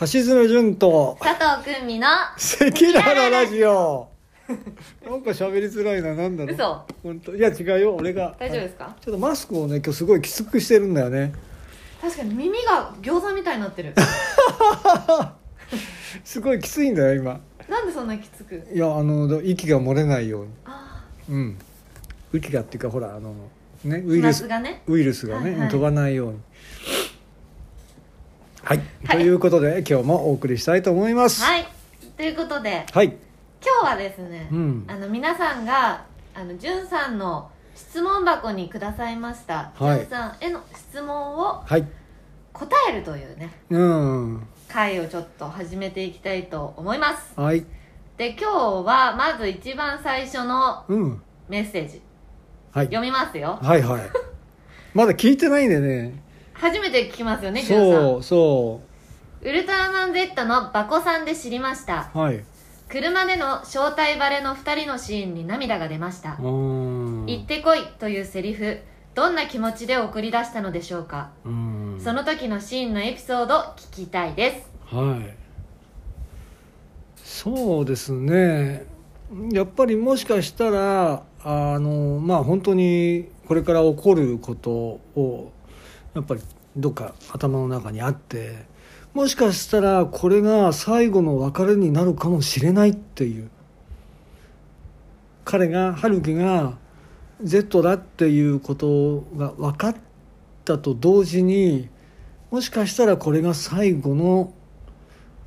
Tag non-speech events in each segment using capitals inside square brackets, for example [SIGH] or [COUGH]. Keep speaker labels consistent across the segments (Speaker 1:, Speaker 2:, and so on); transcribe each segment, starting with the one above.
Speaker 1: 橋爪潤と
Speaker 2: 佐藤くんみの
Speaker 1: 赤裸々ラジオなんか喋りづらいななんだろう
Speaker 2: 嘘
Speaker 1: 本当いや違うよ俺が
Speaker 2: 大丈夫ですか、
Speaker 1: あちょっとマスクをね今日すごいきつくしてるんだよ
Speaker 2: [LAUGHS]
Speaker 1: ね
Speaker 2: 確かに耳が餃子みたいになって [LAUGHS] る
Speaker 1: すごいきついんだよ今
Speaker 2: なんでそんなきつく
Speaker 1: いやあの息が漏れないように
Speaker 2: あ
Speaker 1: うん息がっていうかほらあのね
Speaker 2: ー
Speaker 1: ウイル
Speaker 2: 飛
Speaker 1: ス
Speaker 2: 沫がね
Speaker 1: ウイルスがね、
Speaker 2: はいはい
Speaker 1: 飛ばないようにはい、
Speaker 2: はい
Speaker 1: ということで今日もお送りしたいと思いますい、
Speaker 2: はいということで
Speaker 1: はい、
Speaker 2: 今日はですね、
Speaker 1: うん
Speaker 2: あの皆さんがあのじゅんさんの質問箱にくださいました、
Speaker 1: はい
Speaker 2: じゅんさんへの質問を
Speaker 1: はい、
Speaker 2: 答えるというね
Speaker 1: うん
Speaker 2: 回をちょっと始めていきたいと思います
Speaker 1: はい
Speaker 2: で今日はまず一番最初の
Speaker 1: うん
Speaker 2: メッセージ
Speaker 1: はい
Speaker 2: 読みますよ
Speaker 1: はいはいまだ聞いてないんでね
Speaker 2: 初めて聞きますよねじゅんさん
Speaker 1: そうそ
Speaker 2: ウルトラマン Z のバコさんで知りました
Speaker 1: うはい
Speaker 2: 車での正体バレの2人のシーンに涙が出ました
Speaker 1: う
Speaker 2: 「
Speaker 1: ー
Speaker 2: 行っ
Speaker 1: ん
Speaker 2: てこい」というセリフどんな気持ちで送り出したのでしょうか
Speaker 1: うん
Speaker 2: その時のシーンのエピソード聞きたいです
Speaker 1: はいそうですねやっぱりもしかしたらあのまあ本当にこれから起こることをやっぱりどっか頭の中にあってもしかしたらこれが最後の別れになるかもしれないっていう彼が春樹が Z だっていうことが分かったと同時にもしかしたらこれが最後の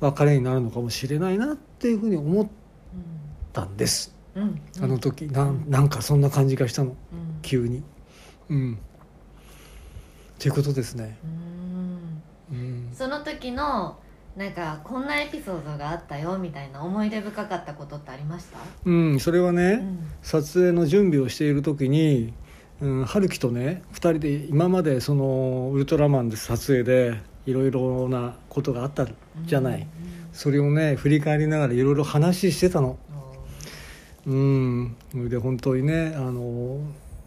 Speaker 1: 別れになるのかもしれないなっていうふうに思っ
Speaker 2: う
Speaker 1: たんです、
Speaker 2: んうん
Speaker 1: あの時なんなんかそんな感じがしたの
Speaker 2: うん
Speaker 1: 急にうんっていうことですね
Speaker 2: う
Speaker 1: う
Speaker 2: ん
Speaker 1: ん
Speaker 2: その時のなんかこんなエピソードがあったよみたいな思い出深かったことってありました
Speaker 1: うんそれはね、
Speaker 2: うん
Speaker 1: 撮影の準備をしている時に、うん、春樹とね2人で今までその「ウルトラマン」で撮影でいろいろなことがあったじゃない、それをね振り返りながらいろいろ話してたの
Speaker 2: う
Speaker 1: う
Speaker 2: んうんおー
Speaker 1: んそれで本当にねあの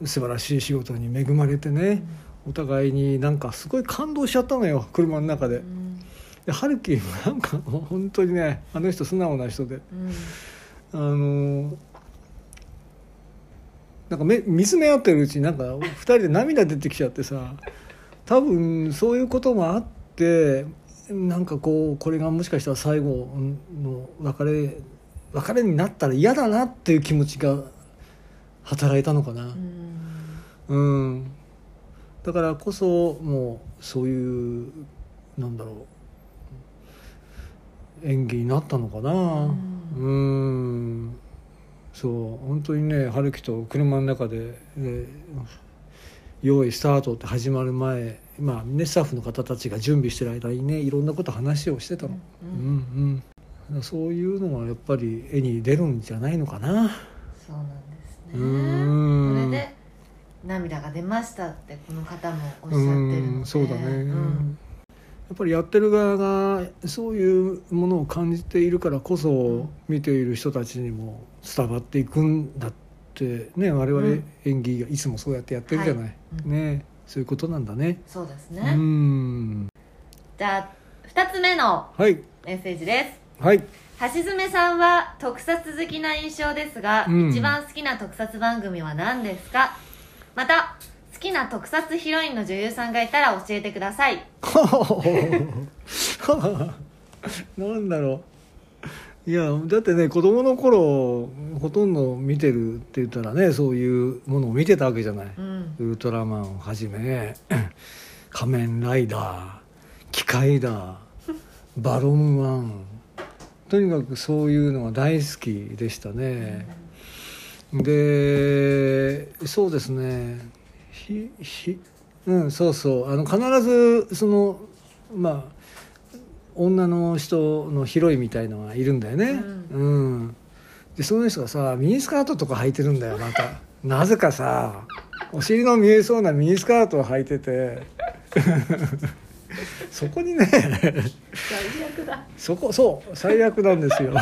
Speaker 1: 素晴らしい仕事に恵まれてねお互いになんかすごい感動しちゃったのよ車の中
Speaker 2: う
Speaker 1: で
Speaker 2: ん
Speaker 1: で春樹もなんか [LAUGHS] もう本当にねあの人素直な人で
Speaker 2: うん
Speaker 1: あのなんか目見つめ合ってるうちになんか2人で涙出てきちゃってさ多分そういうこともあってなんかこうこれがもしかしたら最後の別れ別れになったら嫌だなっていう気持ちが働いたのかな
Speaker 2: う。ん
Speaker 1: うん、だからこそもうそういうなんだろう演技になったのかな
Speaker 2: う
Speaker 1: うんそう本当にね春樹と車の中で、ね用意スタート」って始まる前まあねスタッフの方たちが準備してる間にねいろんなこと話をしてたの、
Speaker 2: う
Speaker 1: うんん
Speaker 2: うん
Speaker 1: うんそういうのがやっぱり絵に出るんじゃないのかな
Speaker 2: そうなんです
Speaker 1: う
Speaker 2: ね
Speaker 1: ーん
Speaker 2: それで涙が出ましたってこの方もおっしゃってるの
Speaker 1: う
Speaker 2: で
Speaker 1: んそうだね、
Speaker 2: うん
Speaker 1: やっぱりやってる側がそういうものを感じているからこそ見ている人たちにも伝わっていくんだってね我
Speaker 2: う
Speaker 1: 々
Speaker 2: ん
Speaker 1: 演技がいつもそうやってやってるじゃない、
Speaker 2: はいうん
Speaker 1: ねそういうことなんだね
Speaker 2: そうです
Speaker 1: う
Speaker 2: ね、
Speaker 1: ん
Speaker 2: じゃあ2つ目の
Speaker 1: はい
Speaker 2: メッセージです
Speaker 1: はい [LAUGHS]
Speaker 2: 橋爪さんは特撮好きな印象ですが、
Speaker 1: うん
Speaker 2: 一番好きな特撮番組は何ですかまた好きな特撮ヒロインの女優さんがいたら教えてください
Speaker 1: なんだろういやだってね子供の頃ほとんど見てるって言ったらねそういうものを見てたわけじゃない、
Speaker 2: うん
Speaker 1: ウルトラマンをはじめ [CLEARS THROAT] 仮面ライダー機械だバロムワンとにかくそういうのが大好きでしたね、でそうですねひひうんそうそうあの必ずそのまあ女の人のヒロインみたいのがいるんだよね
Speaker 2: う
Speaker 1: うん、でその人がさミニスカートとか履いてるんだよまたなぜかさお尻の見えそうなミニスカートを履いてて [LAUGHS] そこにね
Speaker 2: 最悪だ
Speaker 1: そこそう最悪なんですよ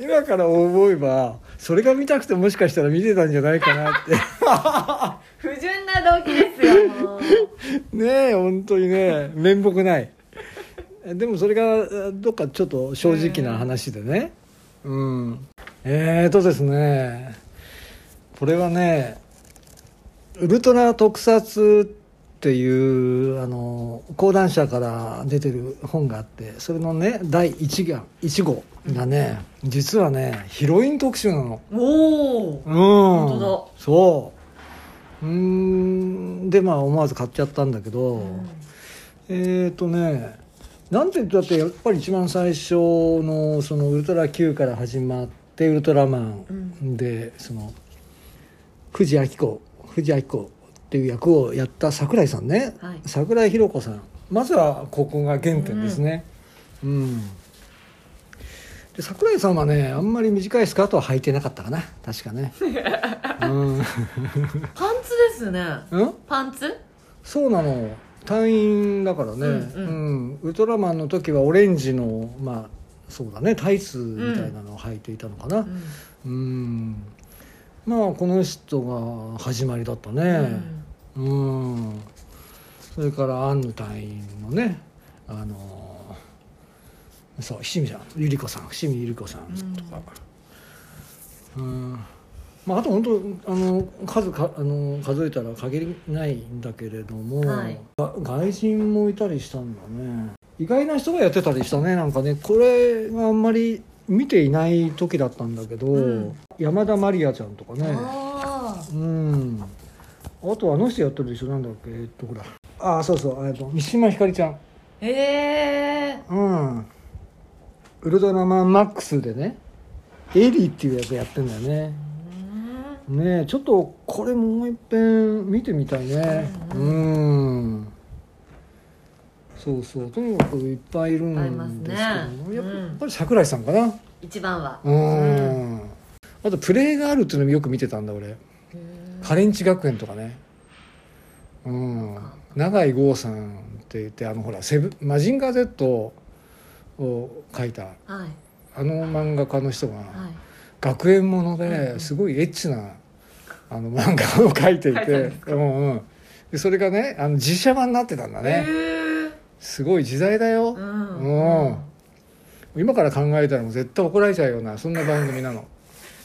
Speaker 1: 今から思えばそれが見たくてもしかしたら見てたんじゃないかなって
Speaker 2: 不純な動機ですよもう
Speaker 1: ねえ本当にね面目ないでもそれがどっかちょっと正直な話でねうん、えーとですねこれはね「ウルトラ特撮」っていうあの講談社から出てる本があってそれのね第 1, が1号がね実はねヒロイン特集なの。
Speaker 2: [LAUGHS] おお
Speaker 1: うん
Speaker 2: 本当
Speaker 1: そううーんでまあ思わず買っちゃったんだけど、えっ、ー、とねなんて言ったってやっぱり一番最初のそのウルトラ Q から始まってウルトラマンで、その藤明子藤明子っていう役をやった桜井さんね、
Speaker 2: はい
Speaker 1: 桜井宏子さんまずはここが原点ですねうん、で桜井さんはねあんまり短いスカートは履いてなかったかな確かねうん、
Speaker 2: パンツですね
Speaker 1: うん
Speaker 2: パンツ
Speaker 1: そうなの隊員だからね、う
Speaker 2: う
Speaker 1: んん
Speaker 2: う
Speaker 1: ウルトラマンの時はオレンジのまあそうだねタイツみたいなのを履いていたのかな
Speaker 2: うん
Speaker 1: うんまあこの人が始まりだった
Speaker 2: う
Speaker 1: ね
Speaker 2: ん
Speaker 1: うん、それからアンヌ隊員のねあのそう伏見さんゆり子さん伏見ゆり子さんとかうん、まああと本当あの数かあの数えたら限りないんだけれども、
Speaker 2: はい
Speaker 1: が外人もいたりしたんだね意外な人がやってたりしたねなんかねこれがあんまり見ていない時だったんだけど、
Speaker 2: うん
Speaker 1: 山田まりやちゃんとかね
Speaker 2: あ
Speaker 1: うんあとあの人やってるでしょなんだっけえっとほらああそうそうえっと三島ひかりちゃん
Speaker 2: ーえ
Speaker 1: うんウルトラマンマックスでねエリーっていう役やってんだよねねえちょっとこれもう一遍見てみたいねうんそうそうとにかくいっぱいいる
Speaker 2: いっぱいいます
Speaker 1: ん
Speaker 2: ね
Speaker 1: ですけど、
Speaker 2: うん
Speaker 1: やっぱり桜井さんかな
Speaker 2: 一番は
Speaker 1: うん、あとプレイがあるっていうのもよく見てたんだ俺
Speaker 2: うん
Speaker 1: カレンチ学園とかねうん永井豪さんって言ってあのほらセブ「マジンガー Z」を書いた
Speaker 2: はい
Speaker 1: あの漫画家の人が
Speaker 2: はい
Speaker 1: 学園もの
Speaker 2: うんう
Speaker 1: で
Speaker 2: ん
Speaker 1: すごいエッチなあの漫画を書いてい
Speaker 2: 書いたんで
Speaker 1: て
Speaker 2: す
Speaker 1: うんうんでそれがねあの実写版になってたんだね
Speaker 2: え
Speaker 1: すごい時代だよ
Speaker 2: ーうん
Speaker 1: うん今から考えたらもう絶対怒られちゃうようなそんな番組なの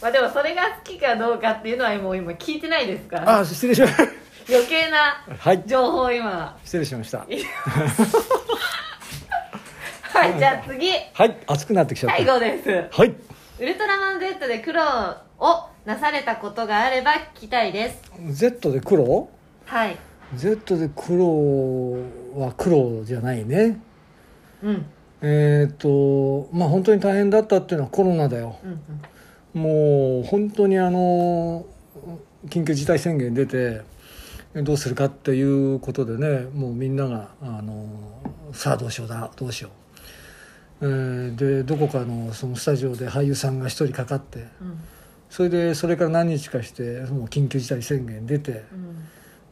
Speaker 2: まあでもそれが好きかどうかっていうのはもう今聞いてないですから
Speaker 1: あ失礼しました
Speaker 2: 余計な
Speaker 1: はい
Speaker 2: 情報を今
Speaker 1: 失礼しました
Speaker 2: はいじゃあ次
Speaker 1: はい熱くなってきちゃった
Speaker 2: 最後です
Speaker 1: はい
Speaker 2: ウルトラマン Z で苦労をなされたことがあれば聞きたいです
Speaker 1: Z で黒
Speaker 2: はい
Speaker 1: ?Z で黒は黒じゃないね
Speaker 2: うん
Speaker 1: えっ、とまあ本当に大変だったっていうのはコロナだよ
Speaker 2: うんうん
Speaker 1: もう本当にあの緊急事態宣言出てどうするかっていうことでねもうみんながあのさあどうしようだどうしよう、えーでどこかのそのスタジオで俳優さんが一人かかって
Speaker 2: うん
Speaker 1: それでそれから何日かしてもう緊急事態宣言出て、
Speaker 2: うん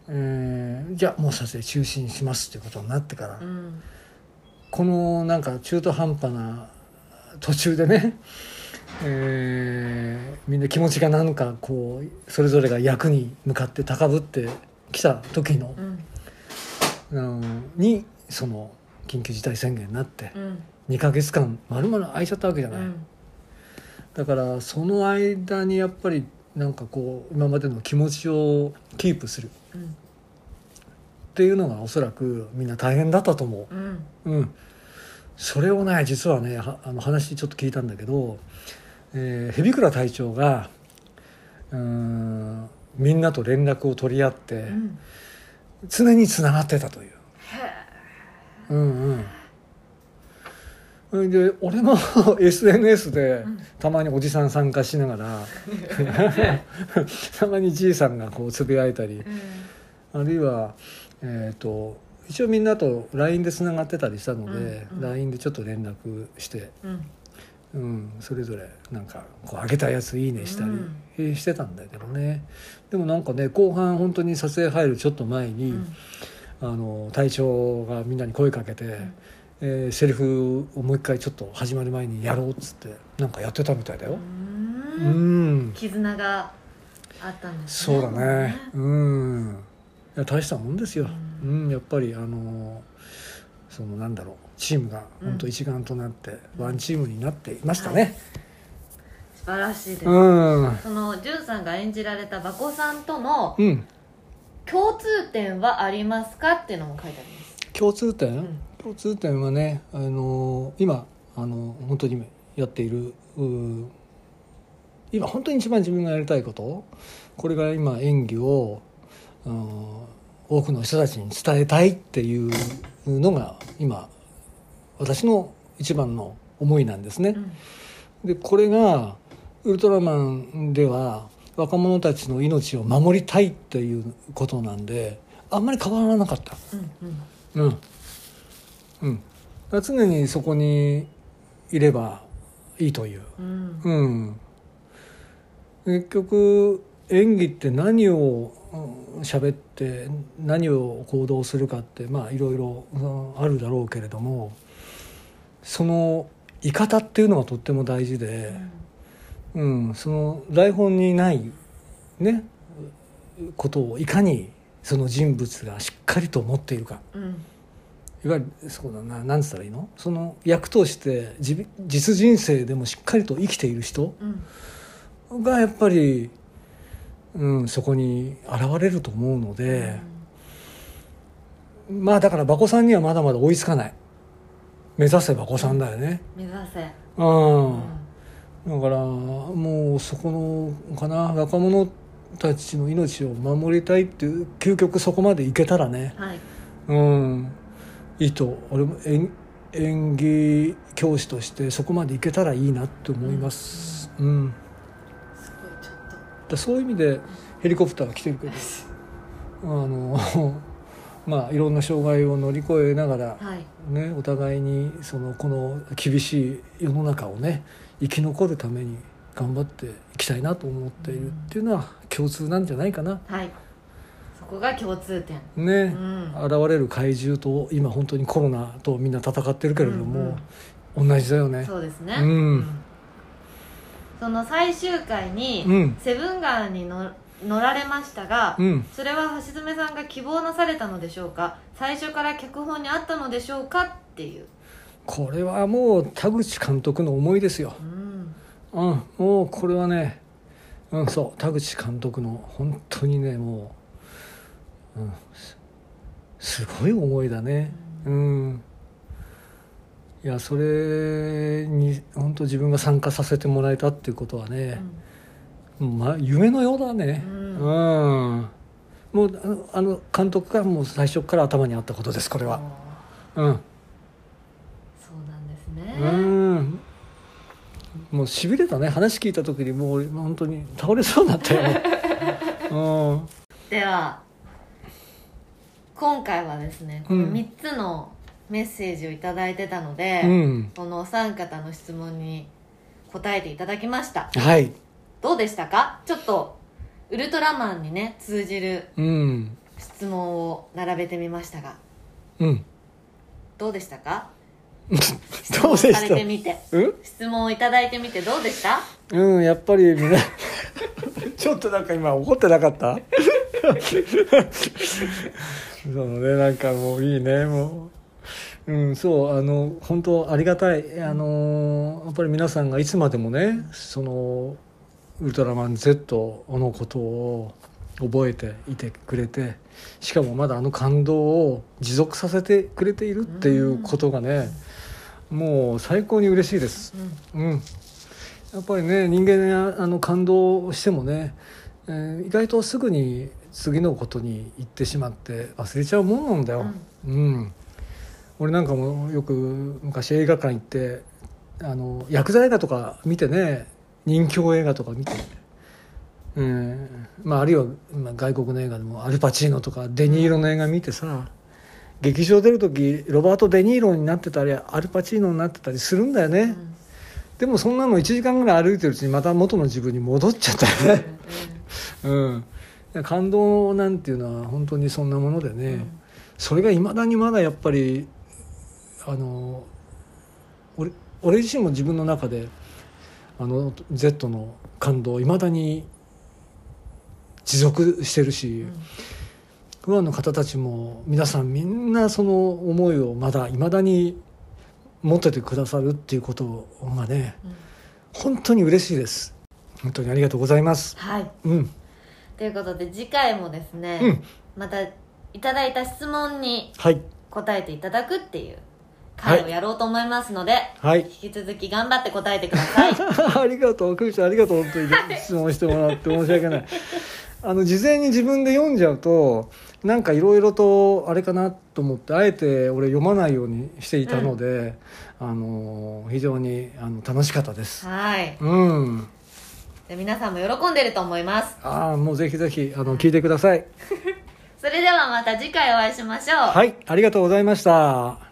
Speaker 1: えーじゃあもう撮影中止にしますっていうことになってから、
Speaker 2: うん
Speaker 1: このなんか中途半端な途中でね、 [LAUGHS] えーみんな気持ちがなんかこうそれぞれが役に向かって高ぶってきた時の
Speaker 2: う、ん
Speaker 1: うんにその緊急事態宣言になって
Speaker 2: うん
Speaker 1: 2ヶ月間丸々空いちゃったわけじゃ
Speaker 2: う
Speaker 1: ない、
Speaker 2: ん
Speaker 1: だからその間にやっぱりなんかこう今までの気持ちをキープする
Speaker 2: うん
Speaker 1: っていうのがおそらくみんな大変だったと思う。
Speaker 2: うん
Speaker 1: うん、それをね実はねはあの話ちょっと聞いたんだけど、えー、蛇倉隊長がうーんみんなと連絡を取り合って、
Speaker 2: うん
Speaker 1: 常につながってたという。
Speaker 2: へえ
Speaker 1: うんうんで俺も [LAUGHS] SNS で
Speaker 2: うん
Speaker 1: たまにおじさん参加しなが
Speaker 2: [LAUGHS]
Speaker 1: らたまにじいさんがこうつぶやいたり
Speaker 2: うん
Speaker 1: あるいは、えー、と一応みんなと LINE でつながってたりしたので、
Speaker 2: うんうん
Speaker 1: LINE でちょっと連絡して、
Speaker 2: うん
Speaker 1: うん、それぞれなんかこう上げたやついいねしたり
Speaker 2: うん
Speaker 1: えーしてたんだけどねでもなんかね後半本当に撮影入るちょっと前に、
Speaker 2: うん
Speaker 1: あの隊長がみんなに声かけて、えーセリフをもう一回ちょっと始まる前にやろうっつってなんかやってたみたいだよ。
Speaker 2: うん
Speaker 1: うん、
Speaker 2: 絆があったんです
Speaker 1: そうだね。うん。いや大したもんですよ。
Speaker 2: う
Speaker 1: うん、やっぱりあのそそのなんだろうチームが
Speaker 2: うん
Speaker 1: 本当一丸となってワンチームになっていましたね。
Speaker 2: 素晴らしいです、
Speaker 1: うん、
Speaker 2: そのジュンさんが演じられた馬子さんとの
Speaker 1: うん、
Speaker 2: 共通点はありますかっていうのも書いてあります
Speaker 1: 共通点、
Speaker 2: ん
Speaker 1: 共通点はねあの今あの本当にやっているうー今本当に一番自分がやりたいことこれが今演技を、うん多くの人たちに伝えたいっていうのが今私の一番の思いなんですね。
Speaker 2: うん
Speaker 1: でこれが「ウルトラマン」では若者たちの命を守りたいっていうことなんであんまり変わらなかった。
Speaker 2: うんうん
Speaker 1: うん、うん、だから常にそこにいればいいという、
Speaker 2: うん
Speaker 1: うん、結局演技って何をうん喋って何を行動するかってまあいろいろうんあるだろうけれどもそのい方っていうのがとっても大事で、うん、その台本にないねことをいかにその人物がしっかりと持っているか。
Speaker 2: うん
Speaker 1: いわゆるそうだな何つったらいいのその役として自実人生でもしっかりと生きている人
Speaker 2: うん
Speaker 1: がやっぱり、うん、そこに現れると思うので、まあだから馬子さんにはまだまだ追いつかない目指せ馬子さんだよね
Speaker 2: 目指せ
Speaker 1: うん、
Speaker 2: うん
Speaker 1: だからもうそこのかな若者たちの命を守りたいっていう究極そこまでいけたらね
Speaker 2: はい
Speaker 1: うん、いいと俺も演演技教師としてそこまでいけたらいいなって思います、うん
Speaker 2: すごいちょっと
Speaker 1: だそういう意味でヘリコプターが来てるけどあの [LAUGHS] まあいろんな障害を乗り越えながら、
Speaker 2: はい
Speaker 1: ね、お互いにそのこの厳しい世の中をね生き残るために頑張っていきたいなと思っているっていうのは共通なんじゃないかな。
Speaker 2: はいそこが共通点
Speaker 1: ね、
Speaker 2: うん
Speaker 1: 現れる怪獣と今本当にコロナとみんな戦ってるけれども、同じだよね
Speaker 2: そうですね
Speaker 1: うん
Speaker 2: その最終回に、
Speaker 1: うん
Speaker 2: セブンガーにの乗られましたが、
Speaker 1: うん
Speaker 2: それは橋爪さんが希望なされたのでしょうか最初から脚本にあったのでしょうかっていう、
Speaker 1: これはもう田口監督の思いですよ、
Speaker 2: うん、
Speaker 1: うん、もうこれはね、うん、そう田口監督の本当にねもう、うん、すすごい思いだねうんいやそれに本当自分が参加させてもらえたっていうことはね、まあ、夢のようだね
Speaker 2: う
Speaker 1: うんん、もうあのあの監督がもう最初から頭にあったことですこ
Speaker 2: そ
Speaker 1: れ
Speaker 2: う
Speaker 1: はうん、
Speaker 2: そうなんですね、
Speaker 1: うんもうしびれたね話聞いた時にもう俺本当に倒れそうになったよ、
Speaker 2: [LAUGHS]
Speaker 1: うん、
Speaker 2: では今回はですねこの
Speaker 1: うん
Speaker 2: 3つのメッセージを頂いただいてたので、
Speaker 1: うん、
Speaker 2: このお三方の質問に答えていただきました
Speaker 1: はい
Speaker 2: どうでしたかちょっとウルトラマンにね通じる
Speaker 1: うん
Speaker 2: 質問を並べてみましたが
Speaker 1: うん [LAUGHS]
Speaker 2: どうでしたか
Speaker 1: どうで
Speaker 2: 質問されて
Speaker 1: し
Speaker 2: みて
Speaker 1: たうん
Speaker 2: 質問をいただいてみてどうでした
Speaker 1: うん、やっぱりみんなちょっとなんか今怒ってなかったそのねなんかもういいねもううんそうあの本当ありがたいあのやっぱり皆さんがいつまでもねそのウルトラマン Z のことを覚えていてくれてしかもまだあの感動を持続させてくれているっていうことがねもう最高に嬉しいです
Speaker 2: うん
Speaker 1: うん、やっぱりね人間ねあの感動してもね、えー意外とすぐに次のことに行ってしまって忘れちゃうもんなんだよ、うん俺なんかもよく昔映画館行ってあの薬剤映画とか見てね人侠映画とか見て、うんまあ、あるいは、まあ、外国の映画でもアルパチーノとかデニーロの映画見てさ劇場出る時ロバート・デ・ニーロになってたりアルパチーノになってたりするんだよね、
Speaker 2: うん
Speaker 1: でもそんなの1時間ぐらい歩いてるうちにまた元の自分に戻っちゃった
Speaker 2: [LAUGHS]
Speaker 1: よね、うん、感動なんていうのは本当にそんなものでね、
Speaker 2: うん
Speaker 1: それがいまだにまだやっぱりあの俺俺自身も自分の中であの Z の感動いまだに持続してるし、
Speaker 2: うん
Speaker 1: ファンの方たちも皆さんみんなその思いをまだいまだに持っててくださるっていうことがね
Speaker 2: うん
Speaker 1: 本当に嬉しいです本当にありがとうございます
Speaker 2: はい
Speaker 1: うん
Speaker 2: ということで次回もですね、
Speaker 1: うん
Speaker 2: またいただいた質問に
Speaker 1: はい
Speaker 2: 答えていただくっていう回をやろうと思いますので、
Speaker 1: はい
Speaker 2: 引き続き頑張って答えてください
Speaker 1: [LAUGHS] ありがとうクリちゃんありがとう本当に質問してもらって申し訳ないあの事前に自分で読んじゃうとなんかいろいろとあれかなと思ってあえて俺読まないようにしていたので、あの非常にあの楽しかったです
Speaker 2: はい
Speaker 1: うん
Speaker 2: で皆さんも喜んでると思います
Speaker 1: ああもうぜひぜひあの聞いてください
Speaker 2: それではまた次回お会いしましょう
Speaker 1: はいありがとうございました